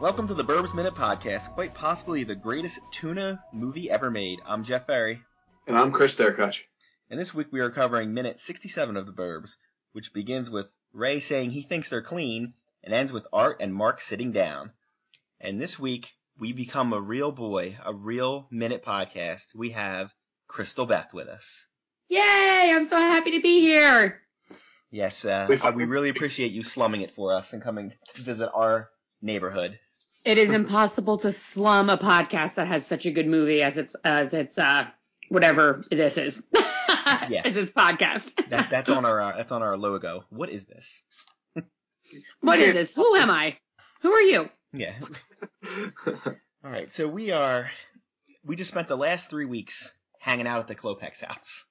Welcome to the Burbs Minute Podcast, quite possibly the greatest tuna movie ever made. I'm Jeff Ferry, And I'm Chris Derkach. and this week we are covering minute 67 of the Burbs, which begins with Ray saying he thinks they're clean, and ends with Art and Mark sitting down. And this week we become a real boy, a real minute podcast. We have Crystal Beth with us. Yay! I'm so happy to be here. Yes, uh, We- we really appreciate you slumming it for us and coming to visit our neighborhood. It is impossible to slum a podcast that has such a good movie as its as its uh whatever it is is. as its podcast. That, that's on our uh, that's on our logo. What is this? What is this? Who am I? Who are you? Yeah. All right. So we are we just spent the last three weeks hanging out at the Klopex house.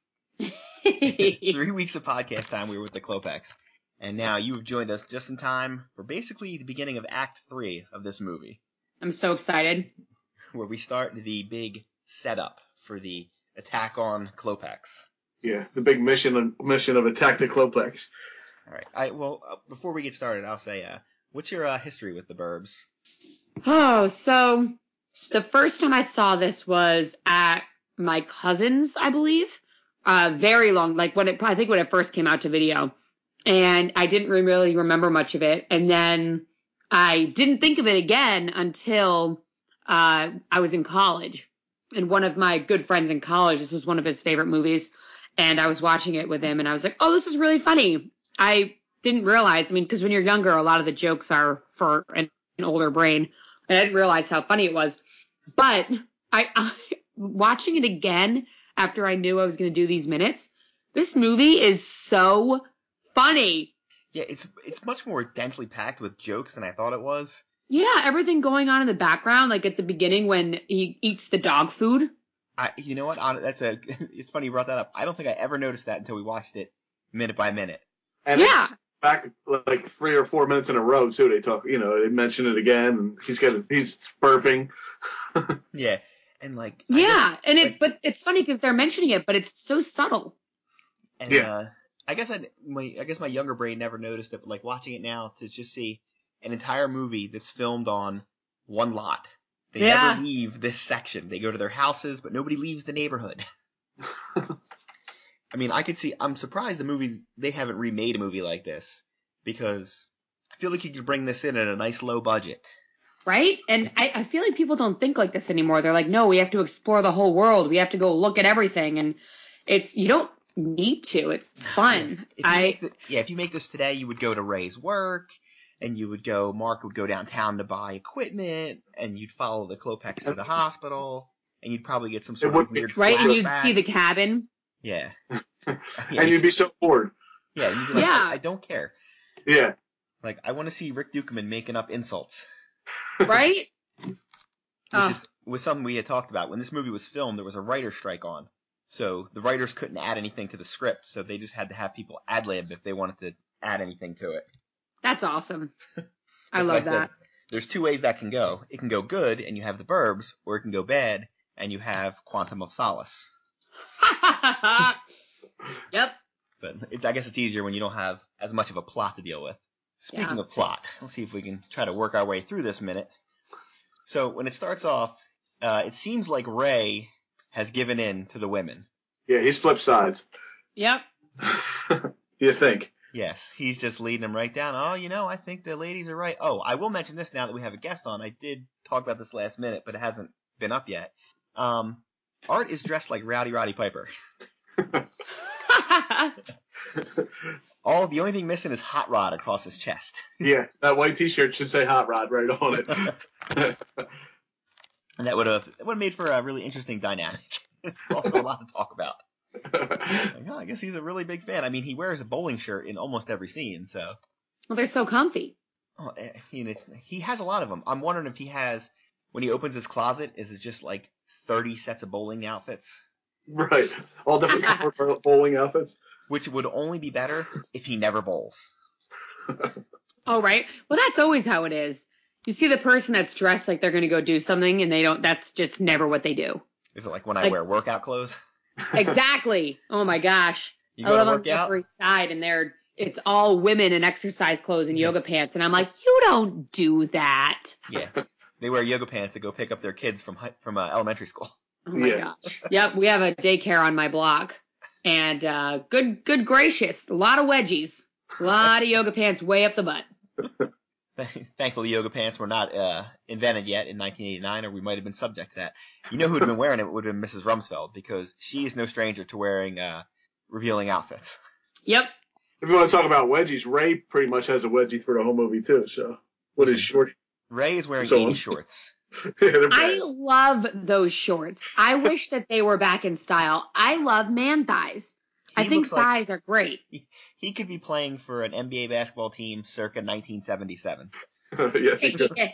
three weeks of podcast time. We were with the Klopex, and now you have joined us just in time for basically the beginning of Act Three of this movie, I'm so excited. where we start the big setup for the attack on Klopex. yeah, the big mission mission of attack the Cloplex. All right. I well uh, before we get started, I'll say, uh, what's your uh, history with the Burbs? Oh, so the first time I saw this was at my cousin's, I believe. Uh, very long, like when it, I think when it first came out to video. And I didn't re- really remember much of it. And then I didn't think of it again until, uh, I was in college. And one of my good friends in college, this was one of his favorite movies. And I was watching it with him and I was like, oh, this is really funny. I didn't realize, I mean, because when you're younger, a lot of the jokes are for an, an older brain and I didn't realize how funny it was. But I, I watching it again after I knew I was going to do these minutes. This movie is so funny. Yeah, it's it's much more densely packed with jokes than I thought it was. Yeah, everything going on in the background, like at the beginning when he eats the dog food. I, you know what? hon- That's a. It's funny you brought that up. I don't think I ever noticed that until we watched it minute by minute. And yeah, it's back like three or four minutes in a row too. They talk, you know, they mention it again, and he's got he's burping. Yeah, and like. I guess- yeah, and it, like- but it's funny because they're mentioning it, but it's so subtle. and, Yeah. Uh, I guess I my I guess my younger brain never noticed it, but like watching it now to just see an entire movie that's filmed on one lot. They Yeah. never leave this section. They go to their houses, but nobody leaves the neighborhood. I mean, I could see. I'm surprised the movie they haven't remade a movie like this because I feel like you could bring this in at a nice low budget. Right? And I, I feel like people don't think like this anymore. They're like, no, we have to explore the whole world. We have to go look at everything. And it's, you don't need to. It's fun. If you I, make th- yeah, if you make this today, you would go to Ray's work, and you would go. Mark would go downtown to buy equipment, and you'd follow the Klopex to the hospital, and you'd probably get some sort would of be- weird Right, and Flash you'd see the cabin. yeah, yeah, and you'd be so bored. yeah, you'd be like, Yeah. I don't care. Yeah, Like I want to see Rick Dukeman making up insults, Right? Oh, which Ugh. is was something we had talked about when this movie was filmed. There was a writer's strike on, so the writers couldn't add anything to the script, so they just had to have people ad lib if they wanted to add anything to it. That's awesome. I That's love why said that. There's two ways that can go. It can go good and you have the burbs, or it can go bad and you have Quantum of Solace. yep. But it's, I guess it's easier when you don't have as much of a plot to deal with. Speaking Yeah. of plot, let's see if we can try to work our way through this minute. So when it starts off, uh, it seems like Ray has given in to the women. yeah, he's flip sides. Yep. you think? Yes, he's just leading them right down. Oh, you know, I think the ladies are right. Oh, I will mention this now that we have a guest on. I did talk about this last minute, but it hasn't been up yet. Um, Art is dressed like Rowdy Roddy Piper. All the only thing missing is Hot Rod across his chest. Yeah, that white T-shirt should say Hot Rod right on it. And that would have that would have made for a really interesting dynamic. It's also a lot to talk about. Like, oh, I guess he's a really big fan. I mean, he wears a bowling shirt in almost every scene, so well, they're so comfy. Oh, eh, he, and it's, he has a lot of them. I'm wondering if he has, when he opens his closet, is it just like 30 sets of bowling outfits? right, all different color bowling outfits. Which would only be better if he never bowls. Oh, right. Well, that's always how it is. You see the person that's dressed like they're going to go do something and they don't, that's just never what they do. Is it like when I Like- wear workout clothes? Exactly. Oh my gosh. You I go live to on the workout? Upper East Side and they're, it's all women in exercise clothes and Yeah. yoga pants. And I'm like, you you don't do that. Yeah. They wear yoga pants to go pick up their kids from hi- from uh, elementary school. Oh my Yeah. gosh. Yep, we have a daycare on my block. And uh good good gracious, a lot of wedgies. A lot of yoga pants way up the butt. Thankfully, yoga pants were not uh, invented yet in 1989, or we might have been subject to that. You know who'd been wearing it would have been Mrs. Rumsfeld because she is no stranger to wearing uh, revealing outfits. Yep. If you want to talk about wedgies, Ray pretty much has a wedgie for the whole movie too. So what is short? Ray is wearing So- 80 shorts. I love those shorts. I wish that they were back in style. I love man thighs. I He think looks like- thighs are great. He could be playing for an NBA basketball team circa 1977, yes, he could. Yes.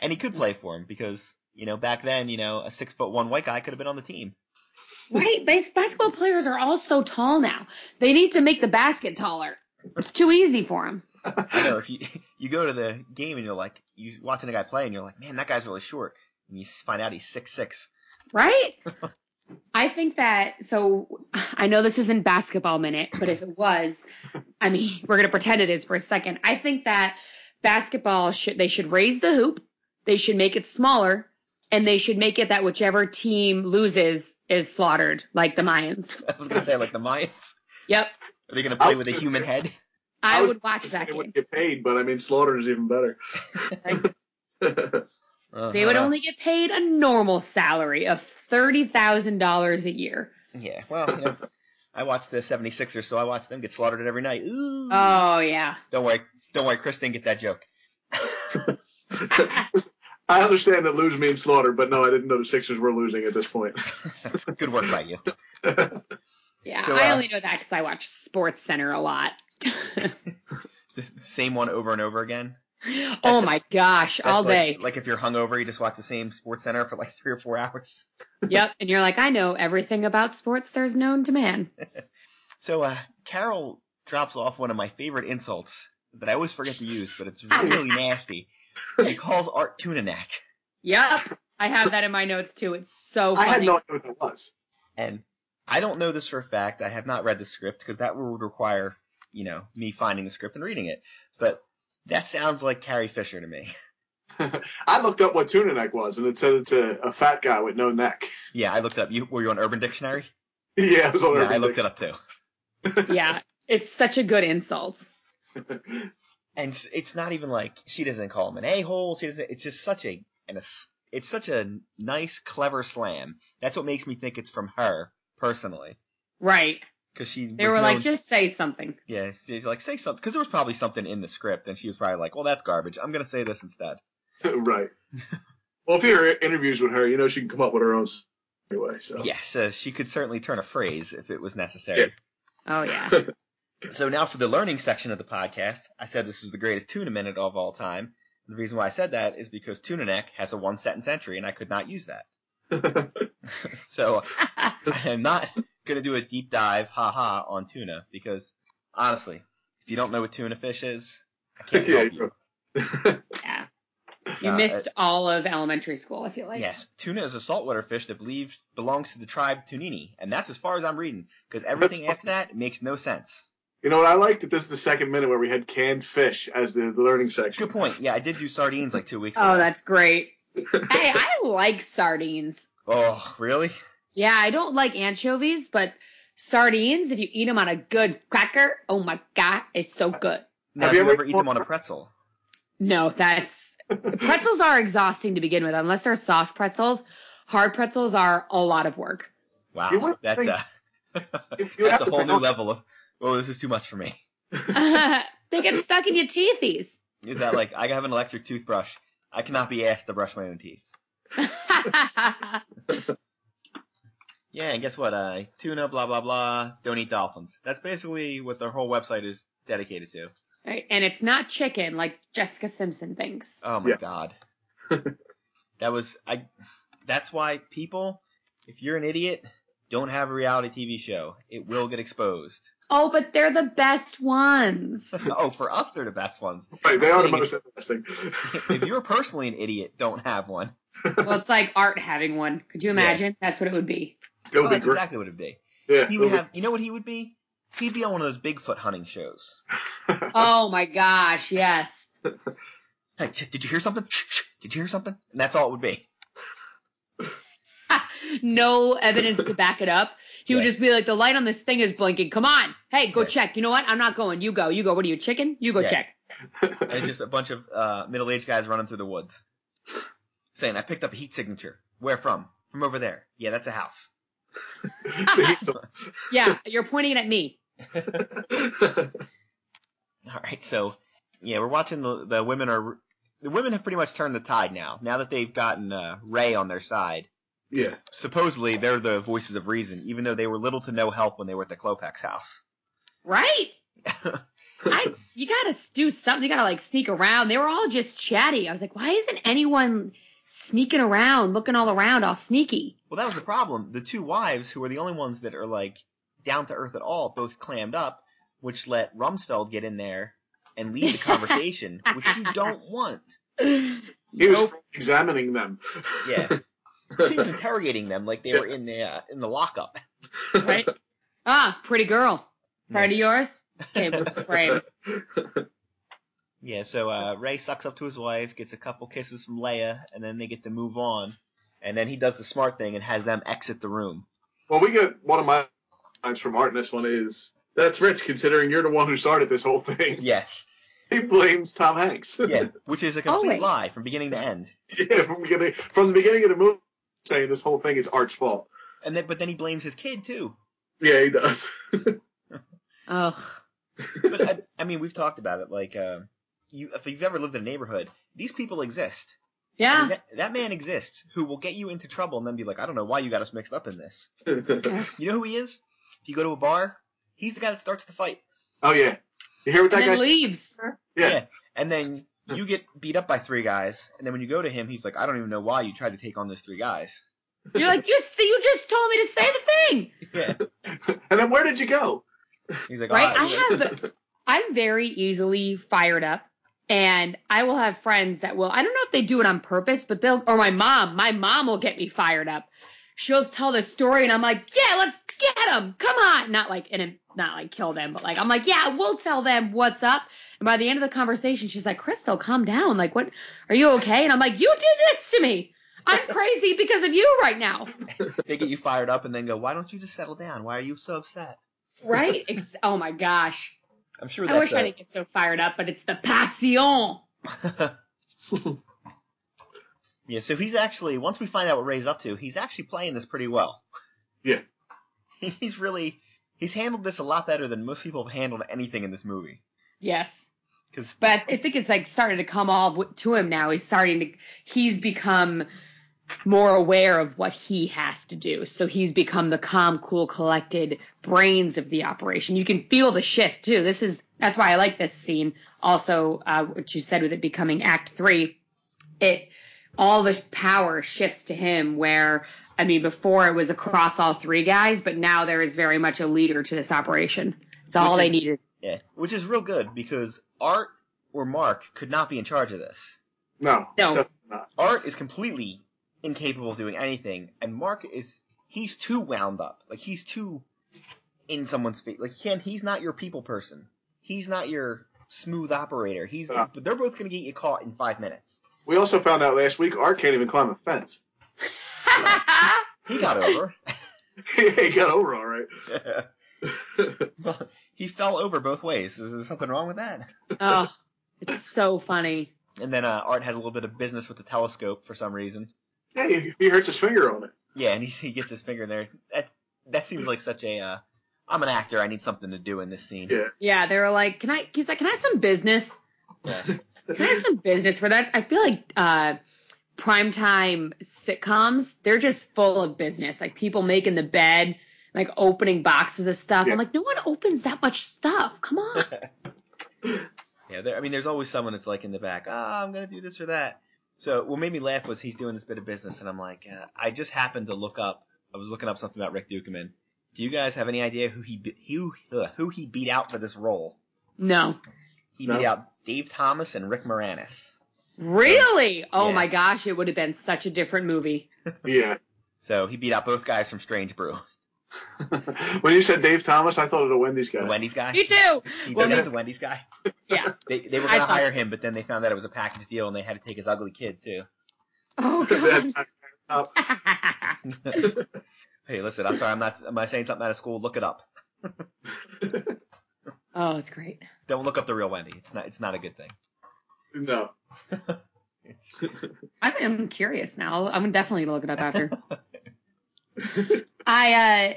and he could play for him because you know back then, you know, a six foot one white guy could have been on the team. Right? Base basketball players are all so tall now. They need to make the basket taller. It's too easy for them. I know if you you go to the game and you're like you watching a guy play and you're like, man, that guy's really short, and you find out he's six six. Right? I think that so I know this isn't basketball minute, but if it was, I mean, we're going to pretend it is for a second. I think that basketball should they should raise the hoop, they should make it smaller, and they should make it that whichever team loses is slaughtered like the Mayans. I was gonna say like the Mayans. Yep. Are they gonna I play was with a gonna human say- head? I, was would watch thinking that They game. wouldn't get paid, but I mean, Slaughter is even better. Uh, They I would don't only get paid a normal salary of $30,000 a year. know. Yeah, well, you know, I watch the 76ers, so I watch them get slaughtered every night. Ooh. Hmm. Oh yeah. Don't worry, don't worry, Chris didn't get that joke. I understand that lose means Slaughter, but no, I didn't know the Sixers were losing at this point. Good work by you. Yeah, So, I uh, only know that because I watch Sports Center a lot. The same one over and over again. oh That's- my gosh, That's all like, day. Like if you're hungover, you just watch the same Sports Center for like three or four hours. yep, and you're like, I know everything about sports there's known to man. So uh, Carol drops off one of my favorite insults that I always forget to use, but it's really nasty. She calls Art Tunanak, Yep, I have that in my notes too. It's so I funny. had no idea what that was. and I don't know this for a fact. I have not read the script because that would require, you know, me finding the script and reading it. But that sounds like Carrie Fisher to me. I looked up what tuna neck was, and it said it's a, a fat guy with no neck. Yeah, I looked up. You were you on Urban Dictionary? yeah, it was on Yeah, Urban I looked it Dictionary. up too. yeah, it's such a good insult. and s- it's not even like she doesn't call him an a hole. She doesn't. It's just such a and it's such a nice, clever slam. That's what makes me think it's from her personally, Right. because she They was were like, known- just say something. yeah, she's like say something because there was probably something in the script, and she was probably like, well, that's garbage. I'm gonna say this instead. right. Well, if you hear interviews with her, you know she can come up with her own s- anyway. So Yeah, so she could certainly turn a phrase if it was necessary. Oh yeah. So now for the learning section of the podcast, I said this was the greatest tuna minute of all time. The reason why I said that is because Tuna Neck has a one sentence entry, and I could not use that. so I am not going to do a deep dive, haha, on tuna because honestly, if you don't know what tuna fish is, I can't Yeah, help you're- you. yeah. You Uh, missed all of elementary school. I feel like. Yes, tuna is a saltwater fish that believes belongs to the tribe Tunini, and that's as far as I'm reading because everything after that makes no sense. You know what I like that this is the second minute where we had canned fish as the learning It's a good section. point. Yeah, I did do sardines like two weeks ago. Oh, that's great. hey, I like sardines. Oh, really? Yeah, I don't like anchovies, but sardines, if you eat them on a good cracker, oh my God, it's so good. Now, Have do you you ever ever eat them on a pretzel? No, that's pretzels are exhausting to begin with, unless they're soft pretzels. Hard pretzels are a lot of work. You Wow, wouldn't that's think- a You- you that's have a to whole new balance- level of. Oh, this is too much for me. they get stuck in your teethies. Is that like I have an electric toothbrush? I cannot be asked to brush my own teeth. Yeah, and guess what? Uh, tuna, blah blah blah. Don't eat dolphins. That's basically what their whole website is dedicated to. Right, And it's not chicken like Jessica Simpson thinks. Oh my Yes. god. that was I. That's why people, if you're an idiot, don't have a reality TV show. It will get exposed. Oh, but they're the best ones. oh, for us, they're the best ones. Right, they are the Saying most interesting. If you're personally an idiot, don't have one. well, it's like art having one. Could you imagine? That's what it would be. It Oh, would be that's great. exactly what it'd be. Yeah, He it would would have. You know what he would be? He'd be on one of those Bigfoot hunting shows. be- Oh my gosh, yes. Hey, sh- did you hear something? Shh, shh, did you hear something? And that's all it would be. No evidence to back it up. He would Yeah. just be like, the light on this thing is blinking. Come on. Hey, go Yeah. check. You know what? I'm not going. You go. You go. What are you, chicken? You go Yeah. check. And it's just a bunch of uh, middle-aged guys running through the woods, saying, "I picked up a heat signature. Where from? From over there. Yeah, that's a house." Yeah, you're pointing it at me. All right, so yeah, we're watching the the women are the women have pretty much turned the tide now. Now that they've gotten uh, Ray on their side, yeah. supposedly they're the voices of reason, even though they were little to no help when they were at the Klopex house. Right? I you gotta do something. You gotta like sneak around. They were all just chatty. I was like, why isn't anyone sneaking around, looking all around, all sneaky? Well, that was the problem. The two wives, who are the only ones that are like down to earth at all, both clammed up, which let Rumsfeld get in there and lead the conversation, which you don't want. He was Nope. examining them. Yeah, he was interrogating them like they were in the uh, in the lockup. right? Ah, pretty girl. Friend of yours? Okay, we're frame. Yeah, so uh, Ray sucks up to his wife, gets a couple kisses from Leia, and then they get to move on. And then he does the smart thing and has them exit the room. Well, we get one of my lines from Art in this one is that's rich considering you're the one who started this whole thing. Yes. He blames Tom Hanks. Yeah. Which is a complete Always. lie from beginning to end. Yeah, from beginning from the beginning of the movie saying this whole thing is Art's fault. And then, but then he blames his kid too. Yeah, he does. Ugh. But I, I mean, we've talked about it. Like, uh, you, if you've ever lived in a neighborhood, these people exist. I mean, Yeah. that, that man exists who will get you into trouble and then be like, I don't know why you got us mixed up in this. You know who he is? If you go to a bar, he's the guy that starts the fight. oh yeah. You hear what that And guy then said? leaves. Yeah. Yeah. And then you get beat up by three guys, and then when you go to him, he's like, I don't even know why you tried to take on those three guys. You're like, you see, you just told me to say the thing. Yeah. And then where did you go? He's like, "Ah, Right? "All I have I'm very easily fired up. And I will have friends that will I don't know if they do it on purpose, but they'll or my mom, my mom will get me fired up. She'll tell the story and I'm like, "Yeah, let's get them. Come on." Not like in a, not like kill them, but like I'm like, "Yeah, we'll tell them what's up." And by the end of the conversation, she's like, "Crystal, calm down. Like, what are you okay?" And I'm like, "You did this to me. I'm crazy because of you right now." They get you fired up and then go, Why don't you just settle down? Why are you so upset? Right? Ex- oh my gosh. I'm sure I that's wish I I didn't get so fired up, but it's the passion. a- Yeah, so he's actually once we find out what Ray's up to, he's actually playing this pretty well. Yeah. He's really he's handled this a lot better than most people have handled anything in this movie. Yes, Because but I think it's like starting to come all w- to him now. He's starting to he's become more aware of what he has to do. So he's become the calm, cool, collected brains of the operation. You can feel the shift too. This is that's why I like this scene. Also, uh, what you said with it becoming Act Three, it all the power shifts to him where i mean before it was across all three guys but now there is very much a leader to this operation it's all Which they is- needed yeah, which is real good because Art or Mark could not be in charge of this. No. No. definitely Not. Art is completely incapable of doing anything, and Mark is he's too wound up. Like he's too in someone's face. Like he can he's not your people person. He's not your smooth operator. He's Yeah. but they're both gonna get you caught in five minutes. We also found out last week Art can't even climb a fence. He got over. he got over all right. Well, he fell over both ways. Is there something wrong with that? oh it's so funny And then uh, Art has a little bit of business with the telescope for some reason. Yeah, he, he hurts his finger on it. Yeah, and he, he gets his finger in there. That that seems like such a uh, I'm an actor. I need something to do in this scene. Yeah. yeah they were like can i he's like can i have some business Yeah. can i have some business for that i feel like uh primetime sitcoms they're just full of business like people making the bed like opening boxes of stuff Yeah. i'm like no one opens that much stuff come on Yeah, there, I mean, there's always someone that's like in the back, ah, I'm gonna do this or that. So what made me laugh was he's doing this bit of business, and I'm like, uh, I just happened to look up. I was looking up something about Rick Dukeman. Do you guys have any idea who he be- who uh, who he beat out for this role? no He No. beat out Dave Thomas and Rick Moranis. Really? Oh Yeah. my gosh, it would have been such a different movie. Yeah. So he beat out both guys from Strange Brew. when you said Dave Thomas, I thought of the Wendy's guy. The Wendy's guy. You too. He Well, dug up then- the Wendy's guy. Yeah. They, they were I going to thought- hire him, but then they found out it was a package deal, and they had to take his ugly kid too. Oh God. That- hey, listen, I'm sorry, I'm not. Am I saying something out of school? Look it up. oh, it's great. Don't look up the real Wendy. It's not. It's not a good thing. no. I'm, I'm curious now. I'm definitely gonna look it up after. I uh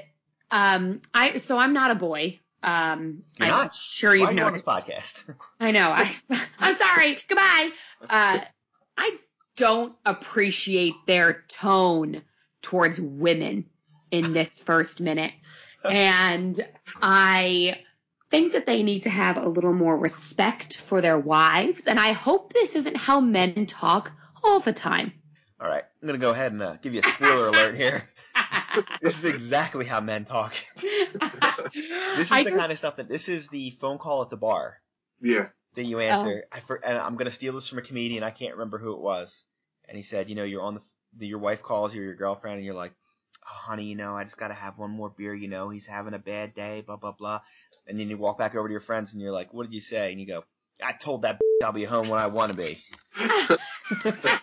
um I so I'm not a boy. Um, You're I'm not? sure Why you've are you on this noticed. podcast? I know. I, I'm sorry. Goodbye. Uh, I don't appreciate their tone towards women in this first minute. And I think that they need to have a little more respect for their wives. And I hope this isn't how men talk all the time. All right, I'm gonna go ahead and uh, give you a spoiler alert here. This is exactly how men talk. This is I the just- kind of stuff that this is the phone call at the bar Yeah. that Oh. you answer. I for, and I'm gonna steal this from a comedian. I can't remember who it was, and he said, you know, you're on the, the your wife calls you, or your girlfriend, and you're like, oh, honey, you know, I just gotta have one more beer. You know, he's having a bad day, blah blah blah. And then you walk back over to your friends, and you're like, what did you say? And you go, I told that b- I'll be home when I want to be.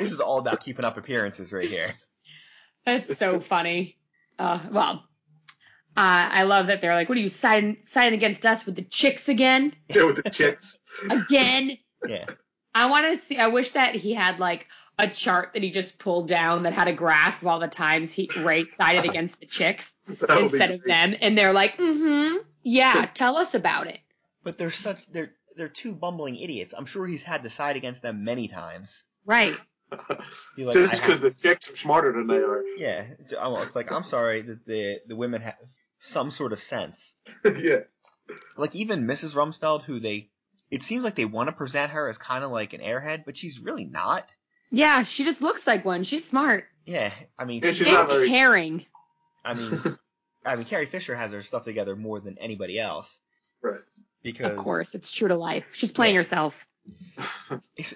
This is all about keeping up appearances right here. That's so funny. Uh, well, uh, I love that they're like, "What are you siding siding against us with the chicks again? Yeah, with the chicks. Again?" Yeah. I want to see. I wish that he had like a chart that he just pulled down that had a graph of all the times he Ray sided against the chicks That would be instead of great. them, and they're like, "Mm-hmm, yeah, tell us about it." But they're such they're they're two bumbling idiots. I'm sure he's had to side against them many times. Right. He like, Just I have- because the chicks are smarter than they are. yeah, I'm- it's like I'm sorry that the the women have some sort of sense. yeah. Like even Mrs. Rumsfeld, who they it seems like they want to present her as kind of like an airhead, but she's really not. Yeah, she just looks like one. She's smart Yeah, I mean, Yeah, she- She's not and very- caring. I mean, I mean, Carrie Fisher has her stuff together more than anybody else. Right. Because Of course, it's true to life. She's playing Yeah. herself.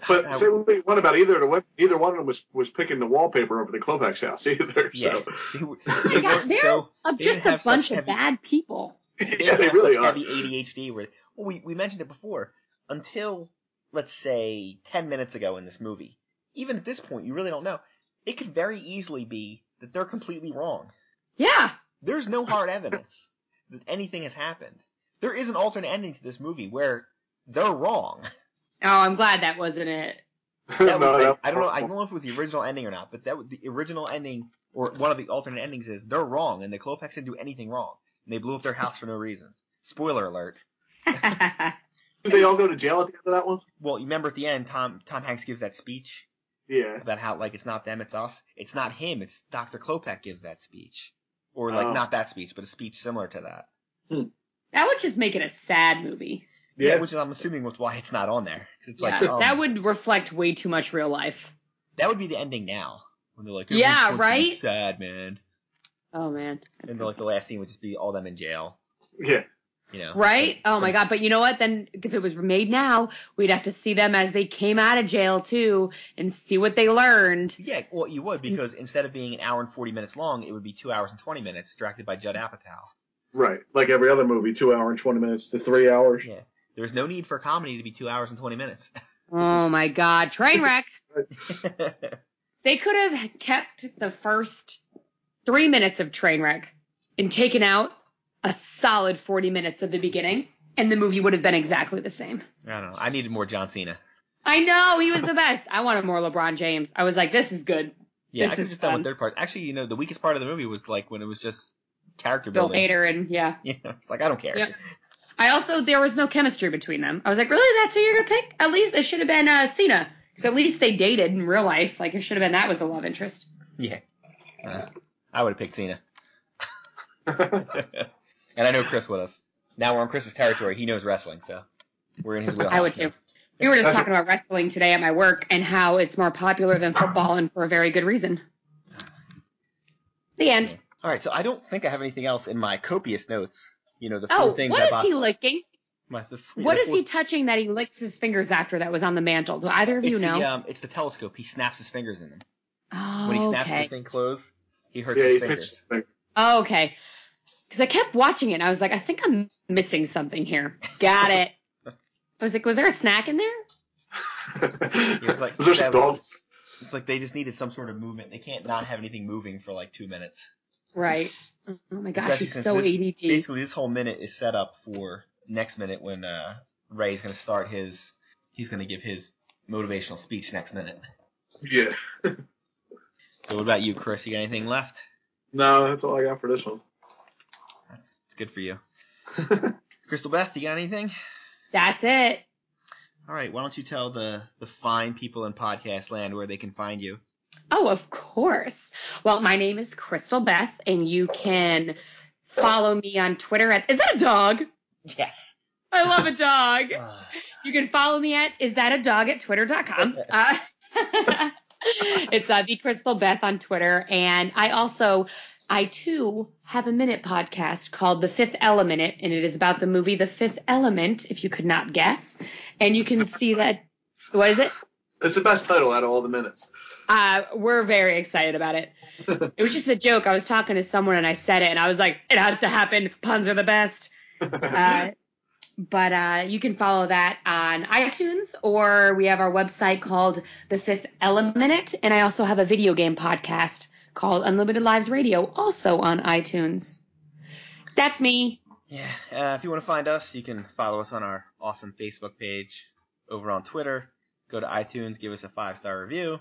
But say what you want about either of the women, either one of them was, was picking the wallpaper over the Klopex house either. yeah, So they, were- my they God, weren't they're so of They didn't just a have such bunch of heavy- bad people. yeah, they really are. heavy ADHD. Where well, we we mentioned it before. Until let's say ten minutes ago in this movie, even at this point, you really don't know. It could very easily be that they're completely wrong. Yeah. There's no hard evidence that anything has happened. There is an alternate ending to this movie where they're wrong. Oh, I'm glad that wasn't it. That No, was, that- I, I don't know. I don't know if it was the original ending or not, but that was the original ending or one of the alternate endings is they're wrong and the Klopex didn't do anything wrong. And they blew up their house for no reason. Spoiler alert. Did they all go to jail at the end of that one? Well, you remember at the end, Tom Tom Hanks gives that speech Yeah. about how like it's not them, it's us. It's not him. It's Dr. Klopek gives that speech, or like Oh. not that speech, but a speech similar to that. that would just make it a sad movie. Yeah. which is I'm assuming was why it's not on there. 'Cause It's yeah. like um, that would reflect way too much real life. that would be the ending now when they're like, Yeah, "Everyone's supposed to be right? sad man, Oh man. and then like the last scene would just be all them in jail, Yeah. you know? Right? Some- Oh my god. But you know what? Then if it was made now, we'd have to see them as they came out of jail too and see what they learned. Yeah, well, you would because instead of being an hour and forty minutes long, it would be two hours and twenty minutes, directed by Judd Apatow. Right. Like every other movie, two hour and twenty minutes to three hours. Yeah, there's no need for comedy to be two hours and twenty minutes. Oh my god. Train wreck. They could have kept the first three minutes of Trainwreck and taken out a solid 40 minutes of the beginning, and the movie would have been exactly the same. I don't know. I needed more John Cena. I know he was the best. I wanted more LeBron James. I was like, this is good. Yeah, This I could is just done fun. with third part. Actually, you know, the weakest part of the movie was like when it was just character Bill building. Hader and yeah. Yeah, it's like I don't care. Yeah. I also there was no chemistry between them. I was like, really? That's who you're gonna pick? At least it should have been uh, Cena, because at least they dated in real life. Like it should have been that was a love interest. Yeah, Uh, I would have picked Cena, and I know Chris would have. Now we're on Chris's territory. He knows wrestling, so we're in his wheelhouse. I would now. too. We were just That's- talking about wrestling today at my work and how it's more popular than football and for a very good reason. The end. All right, so I don't think I have anything else in my copious notes. You know, the four Oh, things what I is bought. he licking? my- the f- What the is four- he touching that he licks his fingers after that was on the mantle? Do either of It's you know? the, um, it's the telescope. He snaps his fingers in them. oh, uh, When he snaps okay. the thing closed, he hurts yeah, his he fingers. pitched. Like, Oh, okay. Because I kept watching it and I was like, I think I'm missing something here. Got it. I was like, was there a snack in there? was like, there some that- dog? It's like they just needed some sort of movement. They can't not have anything moving for like two minutes. Right. Oh my gosh, Especially he's since so this- ADT. Basically, this whole minute is set up for next minute when uh, Ray's going to start his. He's going to give his motivational speech next minute. Yeah. So, what about you, Chris? You got anything left? No, that's all I got for this one. That's it's good for you. Crystal Beth, you got anything? That's it. All right, why don't you tell the the fine people in podcast land where they can find you? Oh, of course. Well, my name is Crystal Beth, and you can follow me on Twitter at Is that a dog? Yes. I love a dog. Uh, You can follow me at Is that a dog at twitter.com. Uh, it's uh, the Crystal Beth on Twitter, and I also. I too have a minute podcast called The Fifth Element, and it is about the movie The Fifth Element, if you could not guess. And you can see that. What is it? It's the best title out of all the minutes. Uh, we're very excited about it. It was just a joke. I was talking to someone and I said it, and I was like, "It has to happen. Puns are the best." Uh, but uh, you can follow that on iTunes, or we have our website called The Fifth Element, and I also have a video game podcast called Unlimited Lives Radio, also on iTunes. That's me. Yeah. Uh, if you want to find us, you can follow us on our awesome Facebook page, over on Twitter. Go to iTunes, give us a five star review.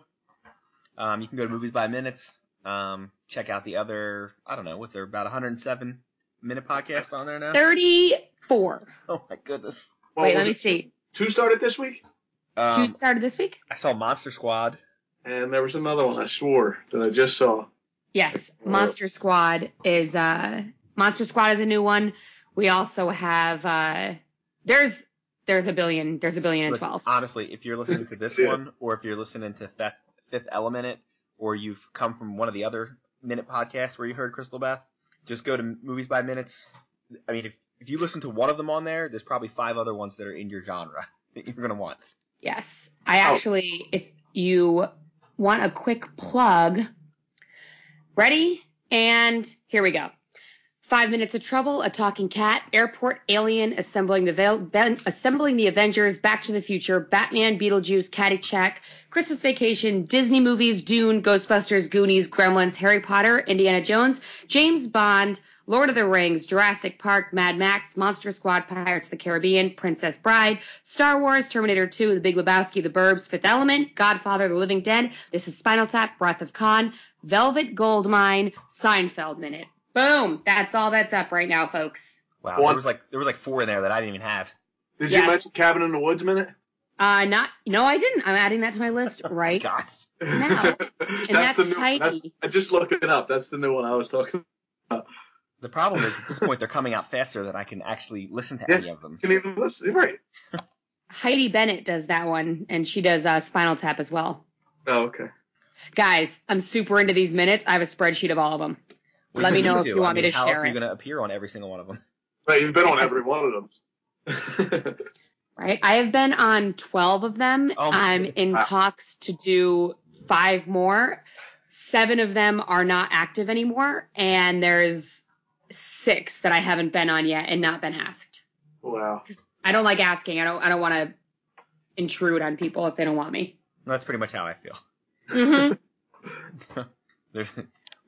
Um, you can go to Movies by Minutes. Um, check out the other. I don't know. What's there? About 107 minute podcast on there now. Thirty-four. Oh my goodness. Well, Wait, was let me it see. Two started this week, Two Um, started this week. I saw Monster Squad. and there was another one I swore that I just saw. Yes, Monster Squad is uh Monster Squad is a new one. We also have uh there's there's a billion there's a billion and Look, twelve. Honestly, if you're listening to this Yeah. one, or if you're listening to Fifth, Fifth Element, it, or you've come from one of the other minute podcasts where you heard Crystal Beth, just go to Movies by Minutes. I mean, if if you listen to one of them on there, there's probably five other ones that are in your genre that you're gonna want. Yes. I actually if you want a quick plug ready and here we go. Five minutes of trouble, a talking cat, airport alien, assembling the Vel- ben- assembling the Avengers, Back to the Future, Batman, Beetlejuice, Caddyshack, Christmas Vacation, Disney movies, Dune, Ghostbusters, Goonies, Gremlins, Harry Potter, Indiana Jones, James Bond, Lord of the Rings, Jurassic Park, Mad Max, Monster Squad, Pirates of the Caribbean, Princess Bride, Star Wars, Terminator 2, The Big Lebowski, The Burbs, Fifth Element, Godfather, The Living Dead, This is Spinal Tap, Breath of Khan, Velvet Goldmine, Seinfeld Minute. Boom! That's all that's up right now, folks. Wow, Well, there was like there was like four in there that I didn't even have. Did Yes. you mention Cabin in the Woods minute? Uh, not no, I didn't. I'm adding that to my list right God, No. that's the that's new. That's, Heidi. I just looked it up. That's the new one I was talking. the problem is at this point they're coming out faster than I can actually listen to Yeah. any of them. Can even listen. Right. Heidi Bennett does that one, and she does uh, Spinal Tap as well. Oh, okay. Guys, I'm super into these minutes. I have a spreadsheet of all of them. What Let are me gonna know if do? you want I me mean, to how share else are you it. gonna appear on every single one of them? Right, you've been on every one of them. Right? I have been on 12 of them. Oh my I'm in goodness. talks to do five more. Seven of them are not active anymore, and there's six that I haven't been on yet and not been asked. wow. I don't like asking. I don't. I don't want to intrude on people if they don't want me. That's pretty much how I feel. Mhm. There's,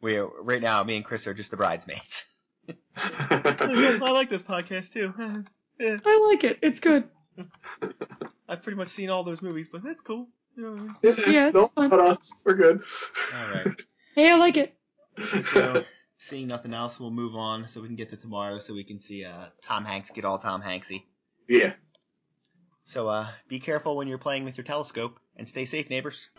we are, right now, me and Chris are just the bridesmaids. I like this podcast too. I like it. It's good. I've pretty much seen all those movies, but that's cool. You know what I mean? it's Don't fun. cut us. We're good. All right. uh, Hey, I like it. So, seeing nothing else, we'll move on so we can get to tomorrow so we can see uh, Tom Hanks get all Tom Hanksy. yeah. So, uh, be careful when you're playing with your telescope and stay safe, neighbors.